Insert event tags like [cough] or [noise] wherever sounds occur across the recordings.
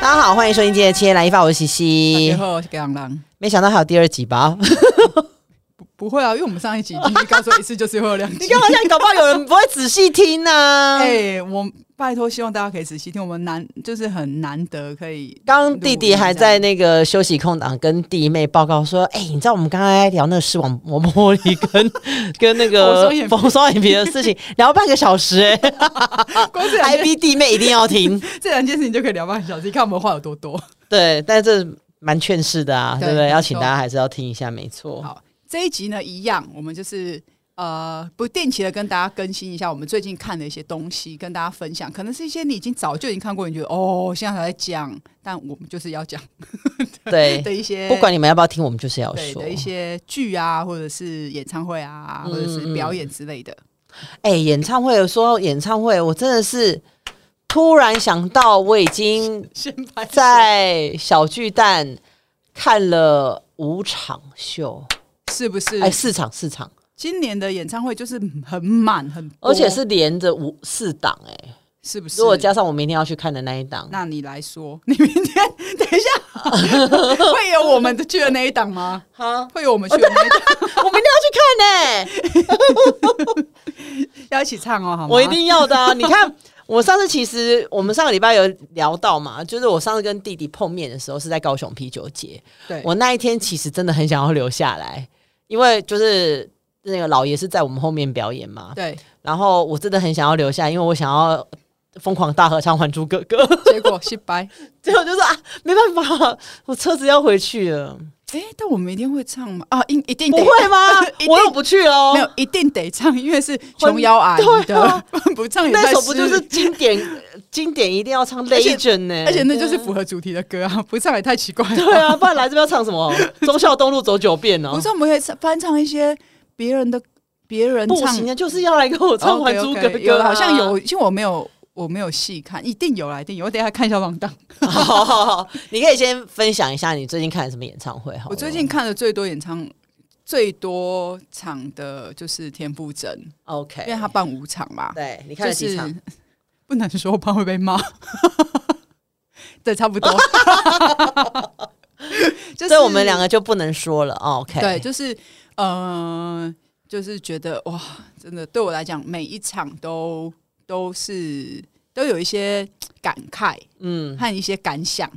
好，欢迎收听今天的《千来一发》，我是西西以。后我是给朗朗，没想到还有第二集吧？不会啊，因为我们上一集已经告诉我一次，就是会有两集。 [laughs] 你干嘛这样？搞不好有人不会仔细听呢、 [laughs] 啊。哎、我拜托，希望大家可以仔细听，我们难就是很难得可以。刚刚弟弟还在那个休息空档跟弟妹报告说：“哎、你知道我们刚刚在聊那个视网膜玻璃 [laughs] 跟跟那个缝双眼皮缝双眼皮的事情，聊半个小时、 [laughs] 哎，光这两还件逼弟妹一定要听。这两件事情就可以聊半个小时，你看我们话有多多。对，但这蛮劝世的啊，对对不没对？错要请大家还是要听一下，没错。好，这一集呢一样，我们就是呃不定期的跟大家更新一下我们最近看的一些东西，跟大家分享。可能是一些你已经早就已经看过，你觉得哦现在才在讲，但我们就是要讲对， [laughs] 的一些不管你们要不要听，我们就是要对说的。一些剧啊，或者是演唱会啊，或者嗯是表演之类的。哎、演唱会，说到演唱会，我真的是突然想到，我已经先拍手在小巨蛋看了五场秀，是不是哎，？四场四场，今年的演唱会就是很满很多，而且是连着五四档，哎，是哦不是？如果加上我明天要去看的那一档，那你来说， [laughs] 你明天等一下 [laughs] 会有我们的去的那一档吗？哈，会有我们去的那一档， [laughs] 我明天要去看呢、要一起唱哦，好吗？我一定要的、啊。你 [laughs] 看，我上次其实我们上个礼拜有聊到嘛，就是我上次跟弟弟碰面的时候是在高雄啤酒节，对，我那一天其实真的很想要留下来，因为就是那个老爷是在我们后面表演嘛，对，然后我真的很想要留下，因为我想要疯狂大合唱《还珠格格》， [laughs] 结果失败。结果就说啊，没办法，我车子要回去了，哎，但我们一定会唱吗？啊，一一定不得会吗 [laughs] 一？定我又不去哦没。有，一定得唱，因为是琼瑶阿姨对啊的， [laughs] 不唱也那太首不就是失礼？经典？ [laughs] 经典一定要唱《而且 Legend》呢，而且那就是符合主题的歌啊， [laughs] 不唱也太奇怪了。对啊，不然来这边要唱什 [laughs] 么？忠孝东路走九遍哦不，是，我们可以唱翻唱一些别人的别人不唱哦行啊，就是要来给我唱《还珠格啊格，OK，OK，有》，好像有，因为我没有我没有细看，一定有啦，一定有。我等一下看一下网档。好好好好，你可以先分享一下你最近看了什么演唱会好了。啊我最近看的最多演唱最多场的就是田馥甄， OK，因为他办五场嘛，对你看就了几是场？不能说我怕会被骂。 [laughs] 对，[laughs] 差不多。就是所以我们两个就不能说了。哦 OK，对，就是呃，就是觉得哇，真的对我来讲，每一场都都是都有一些感慨嗯，和一些感想，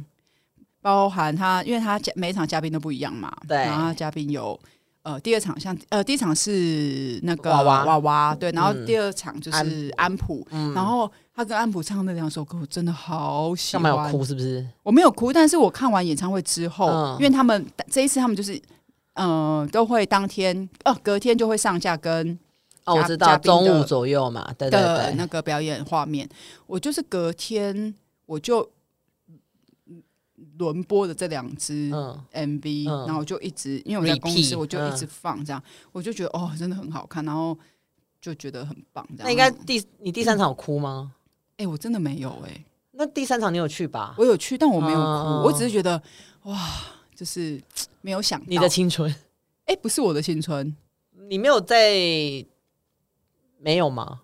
包含他，因为他嘉每一场嘉宾都不一样嘛，对然后嘉宾有。呃，第二场像呃，第一场是那个娃娃娃娃，对，然后嗯第二场就是安普，然后他跟安普唱那两首歌，我真的好喜干欢，嘛有哭？是不是？我没有哭，但是我看完演唱会之后，嗯因为他们这一次他们就是，嗯、都会当天哦、隔天就会上架跟哦，我嘉知道，嘉宾的中午左右嘛，对对的对，那个表演画面。我就是隔天我就嗯轮播的这两支嗯， MV，、嗯然后我就一直因为我在公司 Repeat，我就一直嗯放这样，我就觉得哦真的很好看，然后就觉得很棒这样。那应该第你第三场有哭吗？哎、我真的没有哎、那第三场你有去吧？我有去，但我没有哭，嗯我只是觉得哇，就是嘖没有想到你的青春，哎、不是我的青春。你没有在没有吗？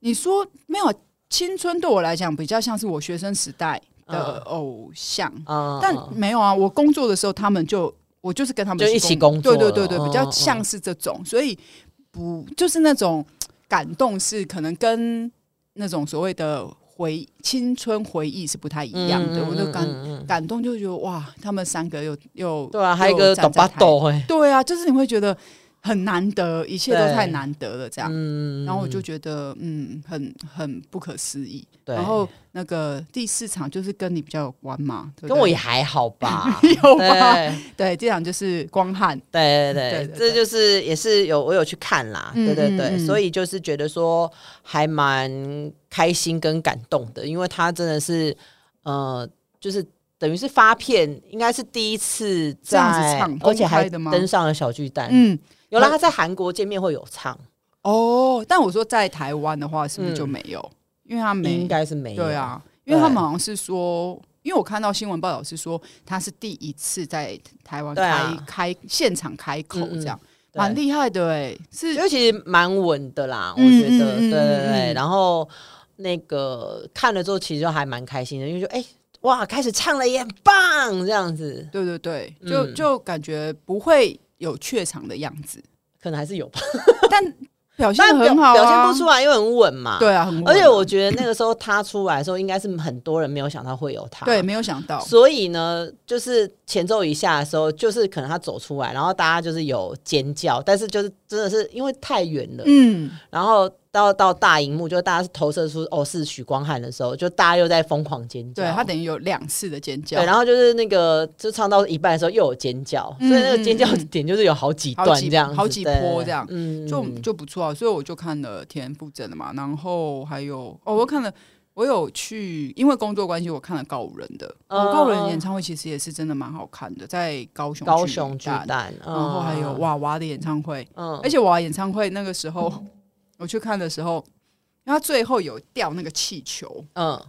你说没有青春对我来讲比较像是我学生时代的嗯偶像，啊，但嗯没有啊，我工作的时候他们就我就是跟他们就一起工作对对对对，了比嗯较嗯像是这种，所以不就是那种感动是可能跟那种所谓的回青春回忆是不太一样的，我就感。嗯嗯嗯感动就觉得哇，他们三个又又对啊，还有一又个站懂在巴台豆哎，对啊，就是你会觉得很难得，一切都对太难得了，这样。嗯然后我就觉得，嗯，很很不可思议。对然后那个第四场就是跟你比较有关嘛，对不对，跟我也还好吧有吧？ [laughs] 对。对，第一场就是光汉，对对嗯对对，对这对就是也是有我有去看啦，嗯对对对，嗯嗯所以就是觉得说还蛮开心跟感动的，因为他真的是呃，就是等于是发片，应该是第一次这样子在唱而且还公开的吗登上了小巨蛋。嗯，有啦，他在韩国见面会有唱，哦，但我说在台湾的话，是不是嗯就没有？因为他应没，该是没有。对，啊，因为他对们好像是说。因为我看到新闻报道是说，他是第一次在台湾对开、啊开现场开口嗯嗯这样，对蛮厉害的哎、是就其实蛮稳的啦，我嗯觉得，嗯嗯对对嗯对。嗯然后那个看了之后，其实就还蛮开心的，因为就哎、哇，开始唱了也很棒，这样子对对对，就、嗯就感觉不会有怯场的样子，可能还是有吧，但表现但得表很好、啊，表现不出来，因为很稳嘛。对啊，很稳而且我觉得那个时候他出来的时候，应该是很多人没有想到会有他。对没有想到，所以呢，就是前奏一下的时候，就是可能他走出来，然后大家就是有尖叫，但是就是真的是因为太远了，嗯，然后到到大荧幕，就大家是投射出哦是许光汉的时候，就大家又在疯狂尖叫。对他等于有两次的尖叫啊对，，然后就是那个就唱到一半的时候又有尖叫，嗯所以那个尖叫嗯嗯点就是有好几好段几这样子好几对波这样嗯，就就不错啊，所以我就看了田馥甄的嘛，然后还有哦，我看了，我有去，因为工作关系，我看了告五人的，哦，哦告五人演唱会其实也是真的蛮好看的，在高雄高巨雄巨蛋，蛋，然后还有嗯，娃娃的演唱会，嗯而且娃娃演唱会那个时候我去看的时候，因为他最后有掉那个气球。嗯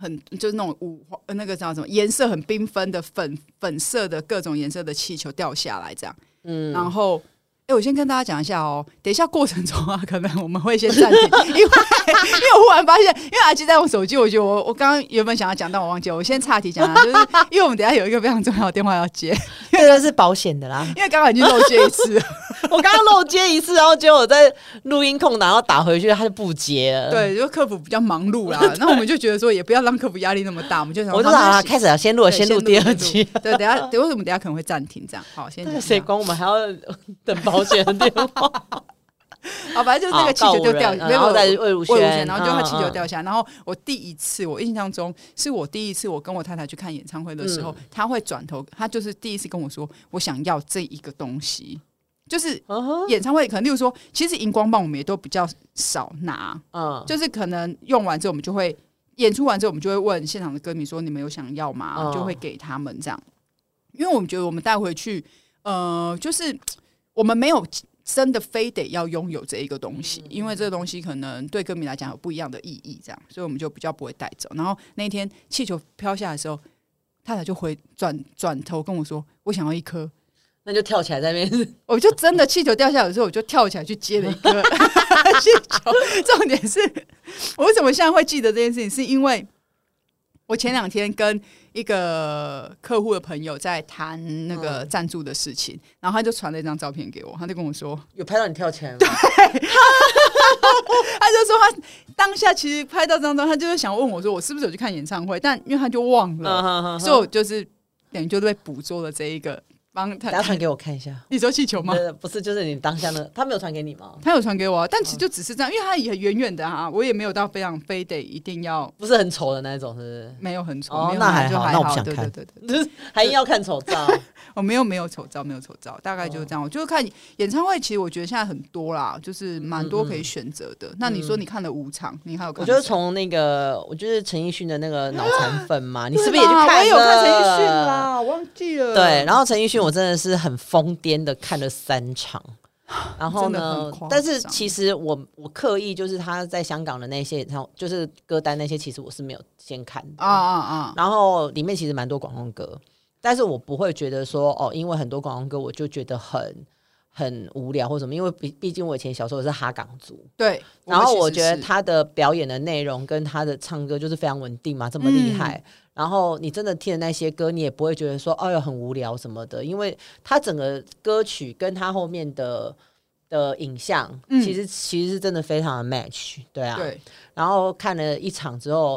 很就是那种五花呃那个叫什么颜色很缤纷的粉粉色的各种颜色的气球掉下来这样，嗯，然后，哎、我先跟大家讲一下哦，等一下过程中啊，可能我们会先暂停，因为 [laughs] 因为我忽然发现，因为阿基在用手机，我觉得我我刚刚原本想要讲，但我忘记了，我先岔题讲啊，就是因为我们等一下有一个非常重要的电话要接，这个是保险的啦。因为刚刚已经漏接一次了， [laughs] 我刚刚漏接一次，然后结果我在录音空档，然后打回去，他就不接了。，对，就客服比较忙碌啦，那我们就觉得说也不要让客服压力那么大，我们就想我就说说好好那了，行开始了，先录了，对先录第二期。对，等一下，等为什么等一下可能会暂停这样？好，先那讲个一谁下管我们还要等保险的电话？ [laughs] 啊，反 [laughs] 正就是那个气球就掉，好告五人嗯没然有后再我魏如魏如萱萱，然后就嗯他气球嗯掉下来。然后我第一次，我印象中是我第一次，我跟我太太去看演唱会的时候，嗯她会转头，她就是第一次跟我说，我想要这一个东西，就是。嗯哼演唱会可能，例如说，其实荧光棒我们也都比较少拿，嗯，就是可能用完之后，我们就会演出完之后，我们就会问现场的歌迷说：“你们有想要吗？”嗯就会给他们这样，因为我们觉得我们带回去，呃，就是我们没有真的非得要拥有这一个东西，嗯因为这个东西可能对歌迷来讲有不一样的意义，这样，所以我们就比较不会带走。然后那一天气球飘下来的时候，太太就回转转头跟我说：“我想要一颗。”那就跳起来在那边。 [laughs] 我就真的气球掉下来的时候，我就跳起来去接了一个气球。重点是我为什么现在会记得这件事情，是因为我前两天跟一个客户的朋友在谈那个赞助的事情，然后他就传了一张照片给我，他就跟我说，有拍到你跳起来吗？他就说他当下其实拍到这张照片，他就是想问我说我是不是有去看演唱会，但因为他就忘了，嗯所以我就是等于就被捕捉了这一个帮大家他。传给我看一下。 [laughs] 你说气球吗？对，不是，就是你当下的，他没有传给你吗？他有传给我啊，但其实就只是这样，因为他也远远的啊，嗯我也没有到非常非得一定要不是很丑的那一种，是没有很丑，哦没有那还好就还那我不好，想对对看对对，不是？就是 [laughs] 还硬要看丑照。我没有没有丑照，没有丑照，大概就是这样。我就看演唱会，其实我觉得现在很多啦，就是蛮多可以选择的。那你说你看了五场，你还有看我谁？就是从那个，我就是陈奕迅的那个脑残粉 [laughs] 嘛，你对是不是也去啦看了？我也有看陈奕迅啦，忘记了。对，然后陈奕迅我真的是很疯癫的看了三 [laughs] 场，然后真的很呢夸张，但是其实我我刻意就是他在香港的那些，然后就是歌单那些，其实我是没有先看的啊啊啊！然后里面其实蛮多广东歌，但是我不会觉得说哦，因为很多广东歌我就觉得很很无聊或什么，因为毕毕竟我以前小时候是哈港族，对，然后我其觉实得是他的表演的内容跟他的唱歌就是非常稳定嘛，这么嗯厉害。然后你真的听的那些歌，你也不会觉得说哎呦很无聊什么的，因为他整个歌曲跟他后面的的影像，嗯其实其实是真的非常的 match，对啊。对，然后看了一场之后，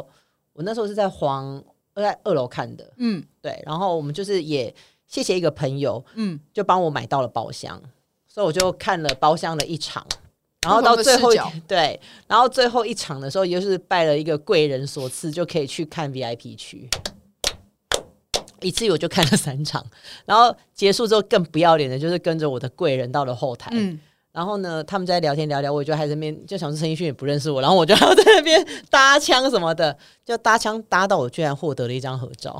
我那时候是在黄呃在二楼看的，嗯对。然后我们就是也谢谢一个朋友，嗯，就帮我买到了包厢，所以我就看了包厢的一场，然后到不同的最后一视角对，然后最后一场的时候，也就是拜了一个贵人所赐，就可以去看 VIP 区。一次我就看了三场，然后结束之后更不要脸的就是跟着我的贵人到了后台，嗯，然后呢他们在聊天聊聊，我就还在那边就想说陈奕迅也不认识我，然后我就还要在那边搭腔什么的，就搭腔搭到我居然获得了一张合照。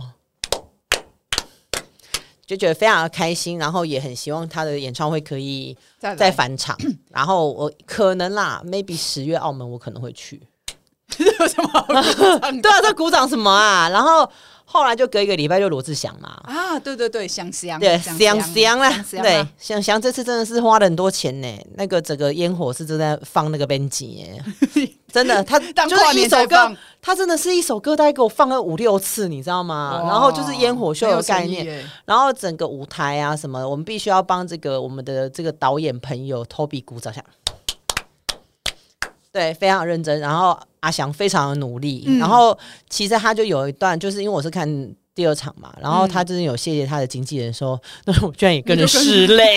就觉得非常的开心，然后也很希望他的演唱会可以再再再返 [clears throat] 场。然后我可能啦，maybe 十月澳门我可能会 [laughs] 去。有什么好鼓掌的 [laughs] 对啊，这鼓掌什么啊？然后后来就隔一个礼拜就罗志祥嘛，啊？对对对，香香对，香香香啦，香啊对，香香这次真的是花了很多钱呢。那 [laughs] 个整个烟火是正在放那个编辑耶，真的，他当就跨是年一才首放歌，他真的是一首歌，大概给我放了五六次，你知道吗？哇啊然后就是烟火秀很的有概诚意念，耶然后整个舞台啊什么，我们必须要帮这个我们的这个导演朋友 Toby 鼓掌一下。对，非常认真。然后阿翔非常的努力。嗯然后其实他就有一段，就是因为我是看第二场嘛，然后嗯他真的有谢谢他的经纪人说，那我居然也跟着拭泪，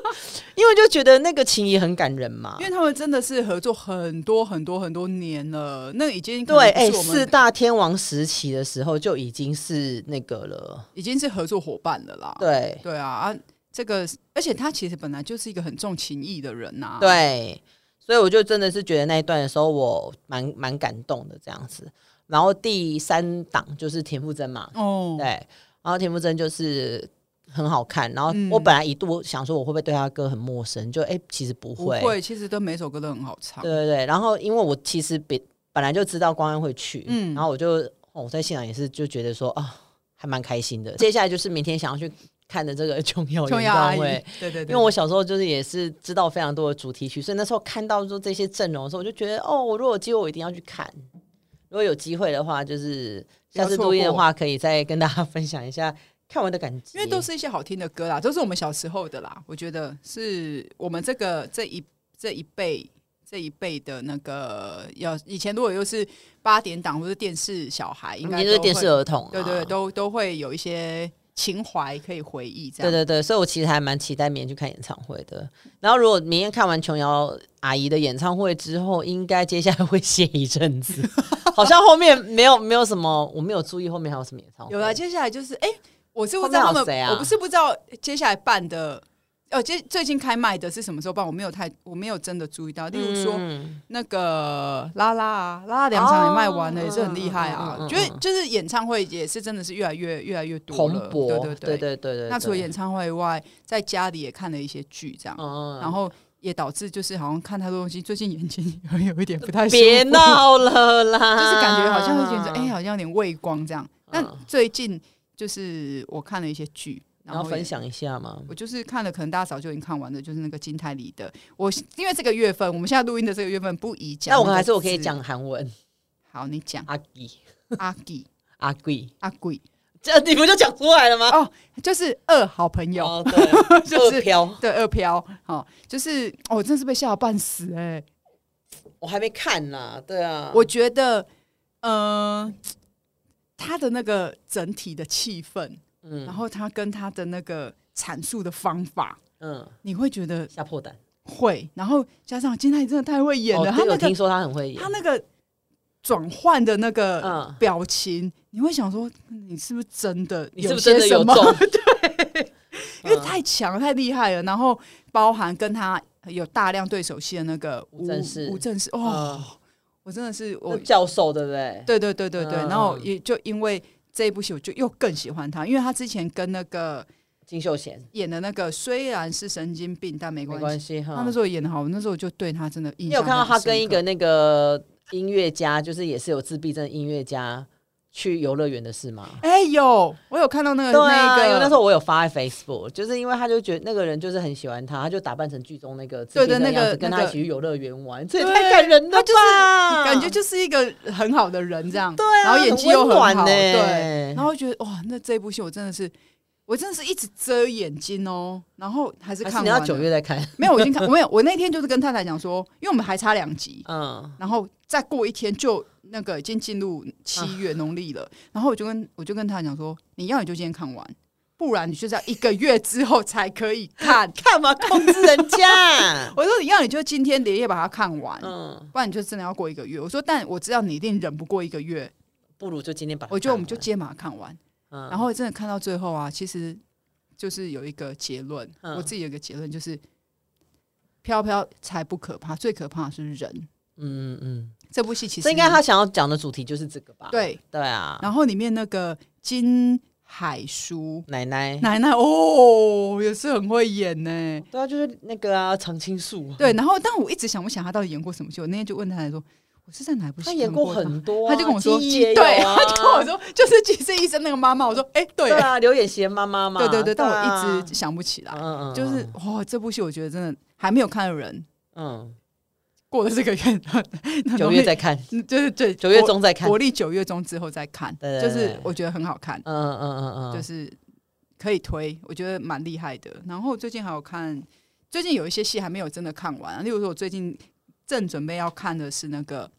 [laughs] 因为就觉得那个情谊很感人嘛因。为他们真的是合作很多很多很多年了，那已经可能对，不哎，是我四们大天王时期的时候就已经是那个了。已经是合作伙伴了啦。对，对啊，啊，这个而且他其实本来就是一个很重情义的人呐、，对，所以我就真的是觉得那一段的时候，我蛮蛮感动的这样子。然后第三档就是田馥甄嘛，哦，对，然后田馥甄就是很好看。然后嗯我本来一度想说我会不会对他的歌很陌生，就哎、其实不不会，会，其实都每首歌都很好唱对。对对。然后因为我其实本本来就知道光安会去，嗯然后我就、哦我在现场也是就觉得说啊，还蛮开心的。接下来就是明天想要去看的这个 [laughs] 琼瑶琼演瑶阿唱姨会，，对对对，因为我小时候就是也是知道非常多的主题曲，所以那时候看到说这些阵容的时候，我就觉得哦，我如果有机会我一定要去看。如果有机会的话，就是不要下次错录音的过话，可以再跟大家分享一下看完的感觉。因为 [laughs] 都是一些好听的歌啦，都是我们小时候的啦。我觉得是我们这个这一这一辈这一辈的那个，要以前如果又是八点档或者电视小孩，应应该该就是都电会视儿童、啊，对对对，都都会有一些情怀可以回忆对这样。对对，所以我其实还蛮期待明天去看演唱会的。然后如果明天看完琼瑶阿姨的演唱会之后，应该接下来会歇一阵 [laughs] 子，好像后面没有没有什么，我没有注意后面还有什么演唱会。有了，接下来就是哎、我是不后知道面他有们，谁啊我不是不知道接下来办的。哦，接最近开卖的是什么时候办？我没有太，我没有真的注意到。例如说，嗯那个拉拉啊，拉拉两场也卖完了，哦也是很厉害啊。嗯嗯嗯嗯觉得就是演唱会也是真的是越来越越来越多蓬了，勃，对对对对对对那除了演唱会以外，在家里也看了一些剧，这样，嗯然后也导致就是好像看太多东西，最近眼睛有有一点不太舒服，别闹啊了啦， [laughs] 就是感觉好像会觉得 [laughs] 哎、好像有点畏光这样。嗯但最近就是我看了一些剧，然后也分享一下嘛。我就是看了，可能大家早就已经看完的，就是那个金泰梨的。我因为这个月份，我们现在录音的这个月份不宜讲那个我字，还是我可以讲韩文，好，你 [laughs] 讲阿吉阿吉阿贵，阿贵，哦这你不就讲出来了吗？就是二好朋友，哦，对， [laughs] 就是二飘，对二飘，哦，就是哦我真是被吓到半死哎、我还没看呢。对啊，我觉得，呃，他的那个整体的气氛，嗯然后他跟他的那个阐述的方法，嗯你会觉得吓破胆。会，然后加上金泰梨真的太会演了，哦他对那我个听说他很会演他，那个转换的那个嗯，表情，你会想说，你是不是真的？你是不是些真的有什么中？ [laughs] 因为嗯太强了太厉害了，然后包含跟他有大量对手戏的那个吴正式吴正式哦，哦，我真的是我那，教授对不对？对对对对对，嗯然后也就因为这一部戏，我就又更喜欢他，因为他之前跟那个金秀贤，演的那个虽然是神经病，但没没关关系，系他哈那。时候演的好，那时候我就对他真的印你象有很深刻。看到他跟一个那个音乐家，就是也是有自闭症音乐家去游乐园的事吗？哎有，我有看到呃那个对啊，因为个那时候我有发在 Facebook，就是因为他就觉得那个人就是很喜欢他，他就打扮成剧中那个自对闭症对的那个样子跟那他个一起去游乐园玩，这也对太感人了他就是吧！感觉就是一个很好的人这样，嗯对啊，然后演技又很很温好，暖欸对。然后觉得哇，那这部戏我真的是，我真的是一直遮眼睛哦，然后还是啊还看是完你要了九月再看，没有，我已经看，我 [laughs] 没有，我那天就是跟太太讲说，因为我们还差两集，嗯，。然后再过一天就那个已经进入七月农历了，然后我就跟我就跟太太讲说，你要你就今天看完，不然你就是要一个月之后才可以看 [laughs] 干嘛控制人 [laughs] 家？我说你要你就今天连夜把它看完，嗯，不然你就真的要过一个月。我说，但我知道你一定忍不过一个月，不如就今天把它看完，我觉得我们就接马看完，嗯，然后真的看到最后啊，其实就是有一个结论，嗯我自己有一个结论就是，飘飘才不可怕，最可怕的是人。嗯嗯嗯，这部戏其实这应该他想要讲的主题就是这个吧？对，对啊，然后里面那个金海淑奶奶，奶奶哦，也是很会演呢。对啊，就是那个啊，常青树，对，然后但我一直想不想她到底演过什么戏，我那天就问她说，我是在哪一部戏他演看过过她很多啊，她就跟我说，记忆也 [laughs] 对，有啊她就跟我说，就是《急诊医生》那个妈妈，我说，哎，对对，啊，刘演贤妈妈嘛，对对对，但啊我一直想不起来。嗯嗯，就是哇，这部戏我觉得真的还没有看的人嗯，过了这个月， [laughs] 九月再看，嗯就是对九月国中再看。国历九月中之后再看，对对就对是我觉得很好看，嗯嗯嗯嗯，就嗯是可以推，我觉得蛮厉害的。然后最近还有看，最近有一些戏还没有真的看完，例如说我最近正准备要看的是那个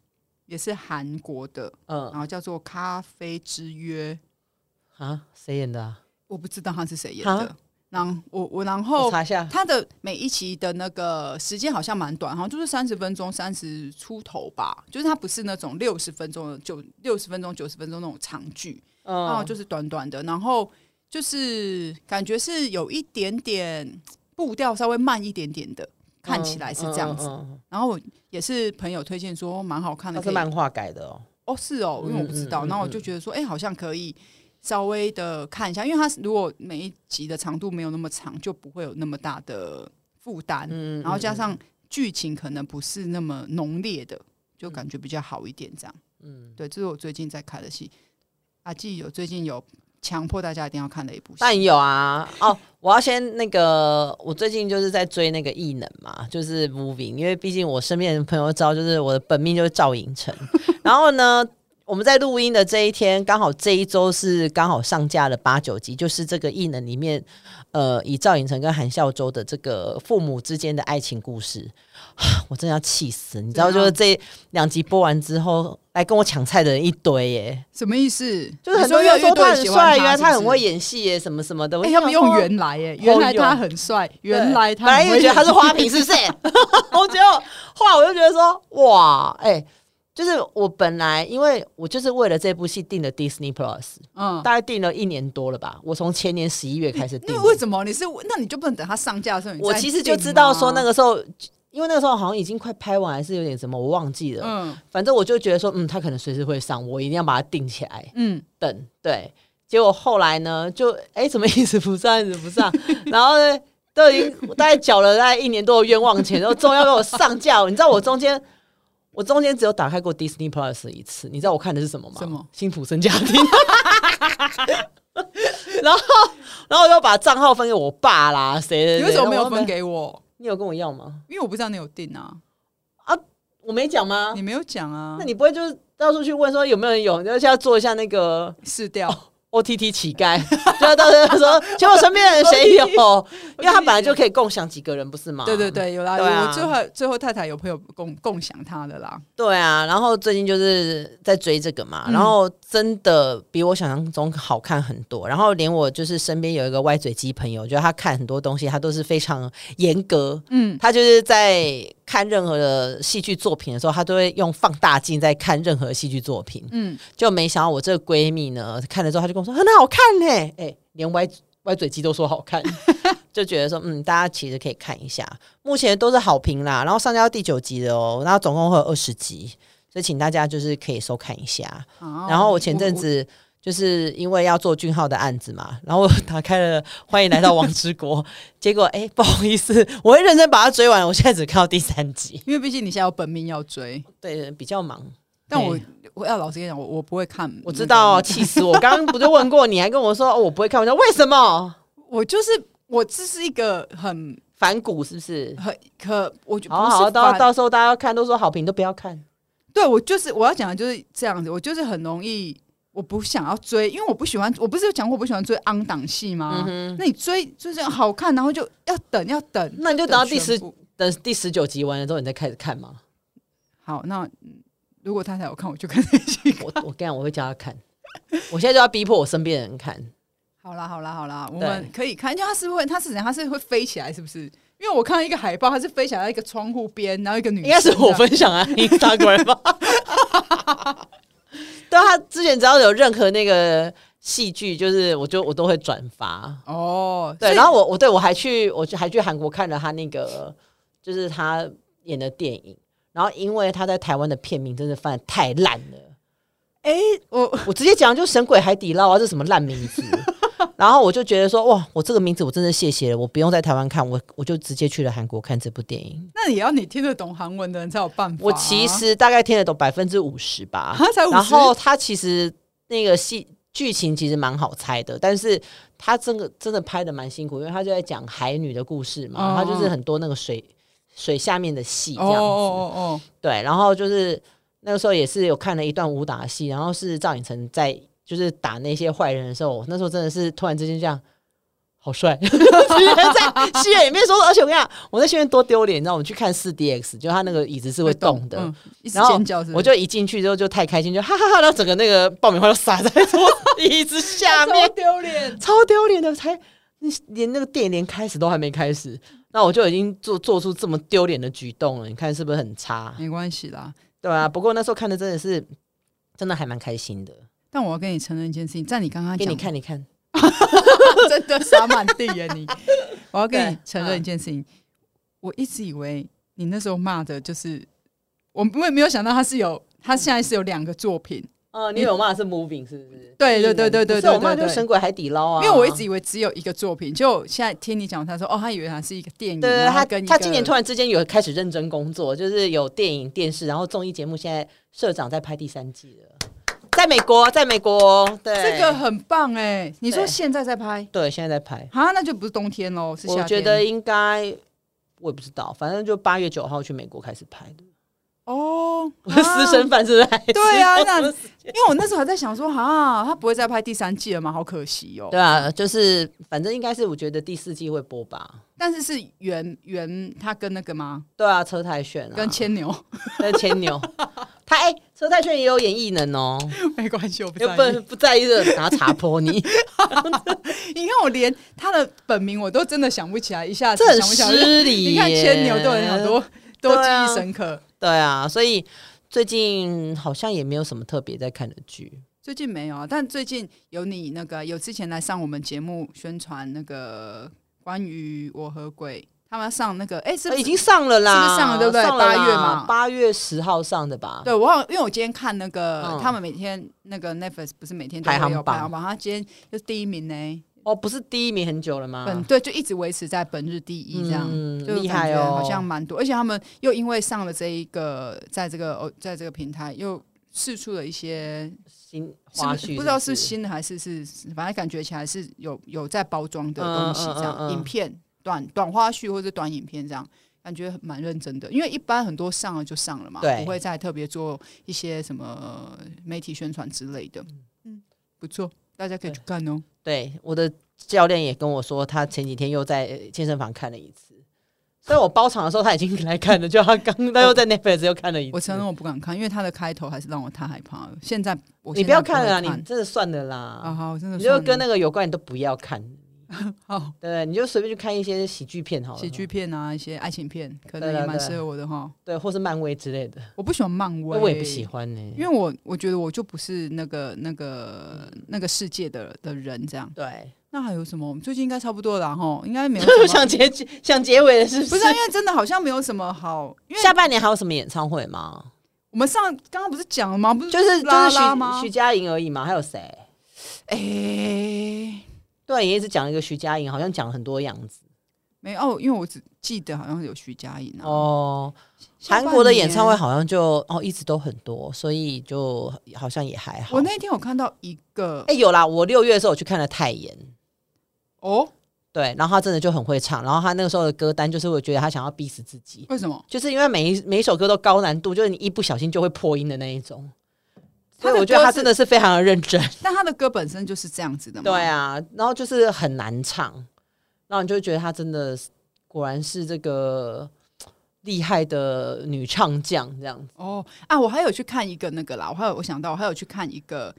也是韩国的，然嗯后叫做《咖啡之约》，啊，谁演的啊？我不知道他是谁演啊的。然后我我然我后查一下。它的每一期的那个时间好像蛮短，好像就是三十分钟、三十出头吧，就是它不是那种六十分钟的九六十分钟、九十分钟那种长剧，然后嗯，哦就是短短的，然后就是感觉是有一点点步调稍微慢一点点的，看起来是这样嗯子。嗯嗯嗯然后我也是朋友推荐说蛮好看的，它可是以漫画改的哦。哦，是哦，因为我不知嗯道，嗯嗯然后我就觉得说，哎、好像可以稍微的看一下，因为它是如果每一集的长度没有那么长，就不会有那么大的负担，嗯，然后加嗯上剧情可能不是那么浓烈的，就感觉比较好一点。这样，嗯，对，这是我最近在看的戏。阿纪有最近有强迫大家一定要看的一部戏，但有啊。哦， [laughs] 我要先那个，我最近就是在追那个异能嘛，就是 Moving，因为毕竟我身边的朋友知道，就是我的本命就是赵寅成。然后呢，我们在录音的这一天，刚好这一周是刚好上架了八九集，就是这个异能里面，呃，以赵寅成跟韩孝周的这个父母之间的爱情故事， [sighs] 我真的要气死！你知道，怎就样是这两集播完之后，来跟我抢菜的人一堆耶，什么意思？就是很你说多越人来越说多他人很喜欢帅，原来他他是很不会是。演戏耶，什么什么的。我哎、就他们想说用原来耶，哦原来有他很帅，原对来他本来很又会觉得他是演花瓶，是不是？ [laughs] 然后结果后来我就觉得说，哇，哎、就是我本来因为我就是为了这部戏订的 Disney Plus，嗯，大概订了一年多了吧。我从前年十一月开始订那的，为什么你是？那你就不能等它上架的时候你再我其实就知道说那个时候，因为那个时候好像已经快拍完，还是有点什么，我忘记定了。吗，反正我就觉得说，嗯，他可能随时会上，我一定要把它定起来。嗯嗯，等，对。结果后来呢，就哎、怎么一直不上，一直不上，然后呢，都已经我大概缴了大概一年多的冤枉钱，然后终于要给我上架了。你知道我中间，我中间只有打开过 Disney Plus 一次，你知道我看的是什么吗？什么？辛普森家庭。 [laughs] 然后，然后我就把账号分给我爸啦，谁谁谁你为什么没有？然后分我给我？你有跟我要吗？因为我不知道你有订啊，我没讲吗你？没有讲啊那，你不会就是到处去问说有没有人有？你就是要做一下那个试掉哦 OTT 乞丐，就到时候说，请问身边的人谁有？因为他本来就可以共享几个人，不是吗？对对对，有啦，对啊我最后最后太太有朋友共共享他的啦，对啊！然后最近就是在追这个嘛，嗯然后真的比我想象中好看很多。然后连我就是身边有一个歪嘴鸡朋友，就是他看很多东西，他都是非常严格。嗯，他就是在看任何的戏剧作品的时候，他都会用放大镜在看任何戏剧作品。嗯，就没想到我这个闺蜜呢，看了之后她就跟我说很好看呢、欸，哎、连歪歪嘴鸡都说好看， [laughs] 就觉得说嗯，大家其实可以看一下，目前都是好评啦，然后上架到第九集了哦，然后总共会有二十集，所以请大家就是可以收看一下。然然哦后我前阵子。就是因为要做俊浩的案子嘛，然后我打开了《欢迎来到王之国》， [laughs] 结果哎、不好意思，我会认真把它追完，我现在只看到第三集，因为毕竟你现在有本命要追，对，比较忙。但嘿我我要老实跟你讲，我我不会看那个，我知道，啊气死我！刚刚不就问过你，还跟我说、哦、我不会看，我说为什么？我就是我这是一个很反骨是不是？很可，我就不好是好，到烦到时候大家要看都说好评，都不要看。对我就是我要讲的就是这样子，我就是很容易，我不想要追，因为我不喜欢，我不是有讲过我不喜欢追昂档戏吗？嗯哼，那你追就是好看，然后就要等要等，那你就等到第全十，部等第十九集完了之后，你再开始看嘛。好，那嗯如果他才有看，我就跟他一起看。 [laughs] 我我跟你讲，我会叫他看。我现在就要逼迫我身边的人看。好啦好啦好啦，我们可以看，因为它是会，它是怎样？它是会飞起来，是不是？因为我看到一个海报，它是飞起来在一个窗户边，然后一个女生应该是我这样分享 [laughs] 啊，Instagram 吧。对啊他之前只要有任何那个戏剧，就是我就我都会转发。哦，对，所以然后我我对我还去我去还去韩国看了他那个就是他演的电影，然后因为他在台湾的片名真的翻的太烂了，我我直接讲就是《神鬼海底捞》啊，这什么烂名 [laughs] 字。然后我就觉得说，哇，我这个名字我真的谢谢了，我不用在台湾看，我我就直接去了韩国看这部电影。那也要你听得懂韩文的人才有办法啊、我其实大概听得懂百分之五十 [laughs] 吧，他才五十，然后他其实那个戏剧情其实蛮好猜的，但是他真的真的拍的蛮辛苦，因为他就在讲海女的故事嘛，哦他就是很多那个水水下面的戏这哦样子。哦哦，对，然后就是那个时候也是有看了一段武打戏，然后是赵寅成在就是打那些坏人的时候，我那时候真的是突然之间这样。好帅！ [laughs] 直接在戏院里面说，而且我跟你讲，我在戏院多丢脸，你知道，我们去看四 DX，就他那个椅子是会动的，嗯，一直然后尖叫是不是，我就一进去之后就太开心，就 [laughs] 哈哈哈，然后整个那个爆米花都洒在桌子椅子下 [laughs] 面，丢脸。超丢脸的，才连那个电影连开始都还没开始，那我就已经做做出这么丢脸的举动了，你看是不是很差？没关系啦，对啊，不过那时候看的真的是真的还蛮开心的，但我要跟你承认一件事情，在你刚刚给讲你，看，你看， [laughs] 真的洒满地耶你。我要跟你对嗯承认一件事情，我一直以为你那时候骂的就是我，我也没有想到他是有，他现在是有两个作品，哦、你有骂是 moving 是不是？对对对对对嗯不是我骂对就对是《神鬼海底捞》啊，因为我一直以为只有一个作品，就现在听你讲，他说哦，他以为他是一个电影，对对，然后他跟一他个今年突然之间有开始认真工作，就是有电影、电视，然后综艺节目，现在社长在拍第三季了，在美国，在美国，对这个很棒哎、你说对现在在拍对，现在在拍，啊，那就不是冬天喽，是夏我天。觉得应该。我也不知道，反正就八月九号去美国开始拍的。哦，我的 [laughs] 私生饭是不是还吃 [laughs] 对啊到那什么因为我那时候还在想说，哈，他不会再拍第三季了吗？好可惜哦。对啊，就是反正应该是我觉得第四季会播吧。但是是原原他跟那个吗？对啊，车太炫啊，跟牵牛 [laughs] 跟牵牛，他哎、车太炫也有演艺能哦，没关系，我不又在不意。能不在意这个，拿查破你， [laughs] 你看我连他的本名我都真的想不起来，一下子这很想不起来。失礼耶。 [laughs] 你看牵牛都有很多都记对啊忆深刻。对啊，所以最近好像也没有什么特别在看的剧。最近没有啊，但最近有你那个有之前来上我们节目宣传那个关于我和鬼，他们要上那个哎、是不呃是已经上了啦，是不是上了对不对上了啦八月嘛八月十号上的吧？对我好像因为我今天看那个、啊嗯他们每天那个 Netflix 不是每天都会排行有榜排行榜，他今天就是第一名呢，哦，不是第一名很久了吗？本对就一直维持在本日第一这样。嗯就厉感害觉哦，好像蛮多，而且他们又因为上了这一个，在这个哦，在这个平台又试出了一些新是花絮不是不知道是新的还是是，反正感觉起来是有有在包装的东西，这样、嗯嗯嗯嗯影片短短花絮或者短影片这样，感觉蛮认真的。因为一般很多上了就上了嘛，对不会再特别做一些什么媒体宣传之类的。嗯，不错，大家可以去看哦。对，我的教练也跟我说，他前几天又在呃健身房看了一次。所以我包场的时候他已经来看了，就他刚他又在 Netflix 又看了一次。我承认我不敢看，因为它的开头还是让我太害怕了。现在我你现不要在看了啦，啊会看你真的算了啦，啊，好，我真的你就算了跟那个有关你都不要看， [laughs] 好对，你就随便去看一些喜剧片好了，喜剧片啊，一些爱情片，可能对也对蛮对适合我的哈。对，或是漫威之类的，我不喜欢漫威，我也不喜欢呢、因为我我觉得我就不是那个那个嗯那个世界的的人这样。对，那还有什么？我们最近应该差不多了哈，应该没有什 [laughs] 么。想结局想结尾了，是不是？不是啊、因为真的好像没有什么好，因为下半年还有什么演唱会吗？我们上刚刚不是讲了吗？不是就是拉就是拉吗徐徐？佳莹而已嘛，还有谁？哎、对，也一直讲一个徐佳莹，好像讲了很多样子没有哦，因为我只记得好像有徐佳莹啊。哦。下半韩年国的演唱会，好像就哦一直都很多，所以就好像也还好。我那天有看到一个哎、有啦，我六月的时候我去看了泰妍，哦，对，然后他真的就很会唱，然后他那个时候的歌单就是我觉得他想要逼死自己，为什么？就是因为每一每一首歌都高难度，就是你一不小心就会破音的那一种。所以他的我觉得歌他是真的是非常的认真，但他的歌本身就是这样子的嘛。对啊，然后就是很难唱，然后你就会觉得他真的是果然是这个厉害的女唱将这样子。哦啊，我还有去看一个那个啦，我还有我想到我还有去看一个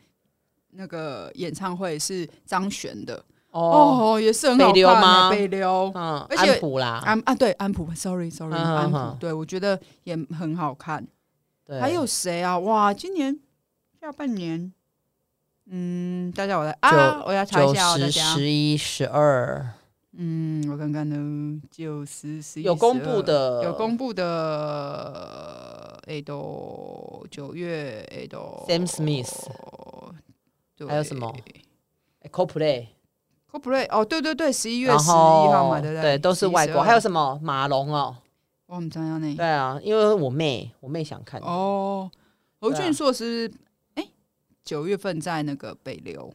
那个演唱会是张悬的哦，哦也是很好北流看欸吗北流嗯，而且安普啦，安啊对安普，sorry sorry 嗯嗯安普嗯，对我觉得也很好看。对还有谁啊？哇，今年下半年，嗯，大家我来啊，九我要查一九下哦，大十、家。十一、十二，嗯，我看看呢，九十十一有公布的有公布的，哎都九月哎都 Sam Smith 哦对还有什么 CoPlay， ？Coldplay 哦，对对对，十一月然十一号后嘛，对不对，都是外国。还有什么马龙哦？我们怎样呢？对啊，因为我妹，我妹想看。哦，侯对啊俊硕是哎九月份在那个北流，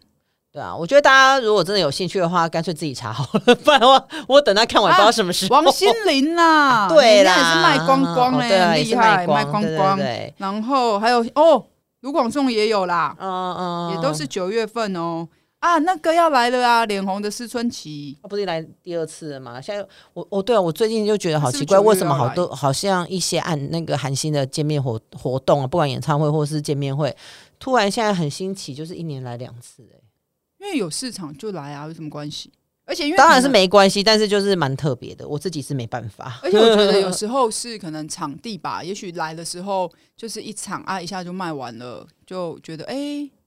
对啊，我觉得大家如果真的有兴趣的话，干脆自己查好了，不然的话我等他看完啊不知道什么时候。 [laughs] 王心凌啊啦，哦对啦，人家也是卖光光哦嘞、对啊，也很是厉害，卖光卖光光。对对对，然后还有哦，卢广仲也有啦，嗯嗯，也都是九月份哦。啊，那个要来了啊，脸红的思春期，他不是来第二次了吗？现在我我对啊，我最近就觉得好是不奇是怪，九月为什么要好来多好像一些按那个韩星的见面活活动啊，不管演唱会或是见面会，突然现在很新奇，就是一年来两次、欸，因为有市场就来啊，有什么关系？而且因为当然是可能，没关系，但是就是蛮特别的，我自己是没办法。 [laughs] 而且我觉得有时候是可能场 [laughs] 地吧，也许来的时候就是一场啊，一下就卖完了，就觉得哎、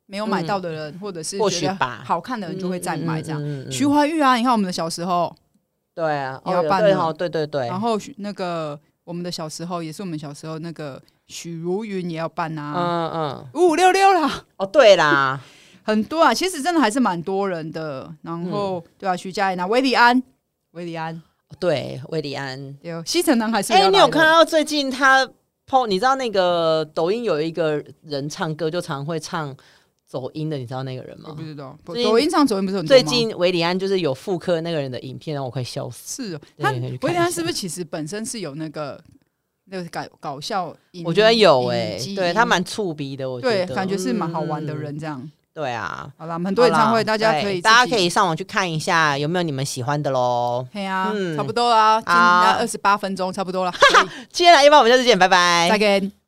没有买到的人，或者是或觉许得吧好看的人就会再买这样。嗯嗯嗯嗯徐怀钰啊，你看我们的小时候，对啊，也哦要有办对了哦，对对对，然后许那个我们的小时候也是我们小时候那个许茹芸也要办啊，嗯嗯，五五六六啦，哦对啦，很多啊，其实真的还是蛮多人的。然后、嗯对啊，徐佳莹啊，维里安，维里安，哦对魏利安，对哦，西城男孩是不是哎、要你来有了看到最近他 PO？你知道那个抖音有一个人唱歌就常会唱走音的，你知道那个人我吗不？知道，最近抖音上抖音不是很嗯多最吗近维里安就是有复刻那个人的影片，让我快笑死。是哦，对他可以去看维里一安下是不是其实本身是有那个那个搞搞笑影？我觉得有哎、影基因对他蛮触鼻的，我觉嗯对得，感觉是蛮好玩的嗯人。这样。对啊，好啦，很多演唱好会啦大家对可以自大家己可以上网去看一下有没有你们喜欢的 [laughs] 喽。嘿啊，嗯差不多啦，今天好 [laughs] 二十八分钟差不多啦，可以接下来一般我们下次见，拜拜，再见。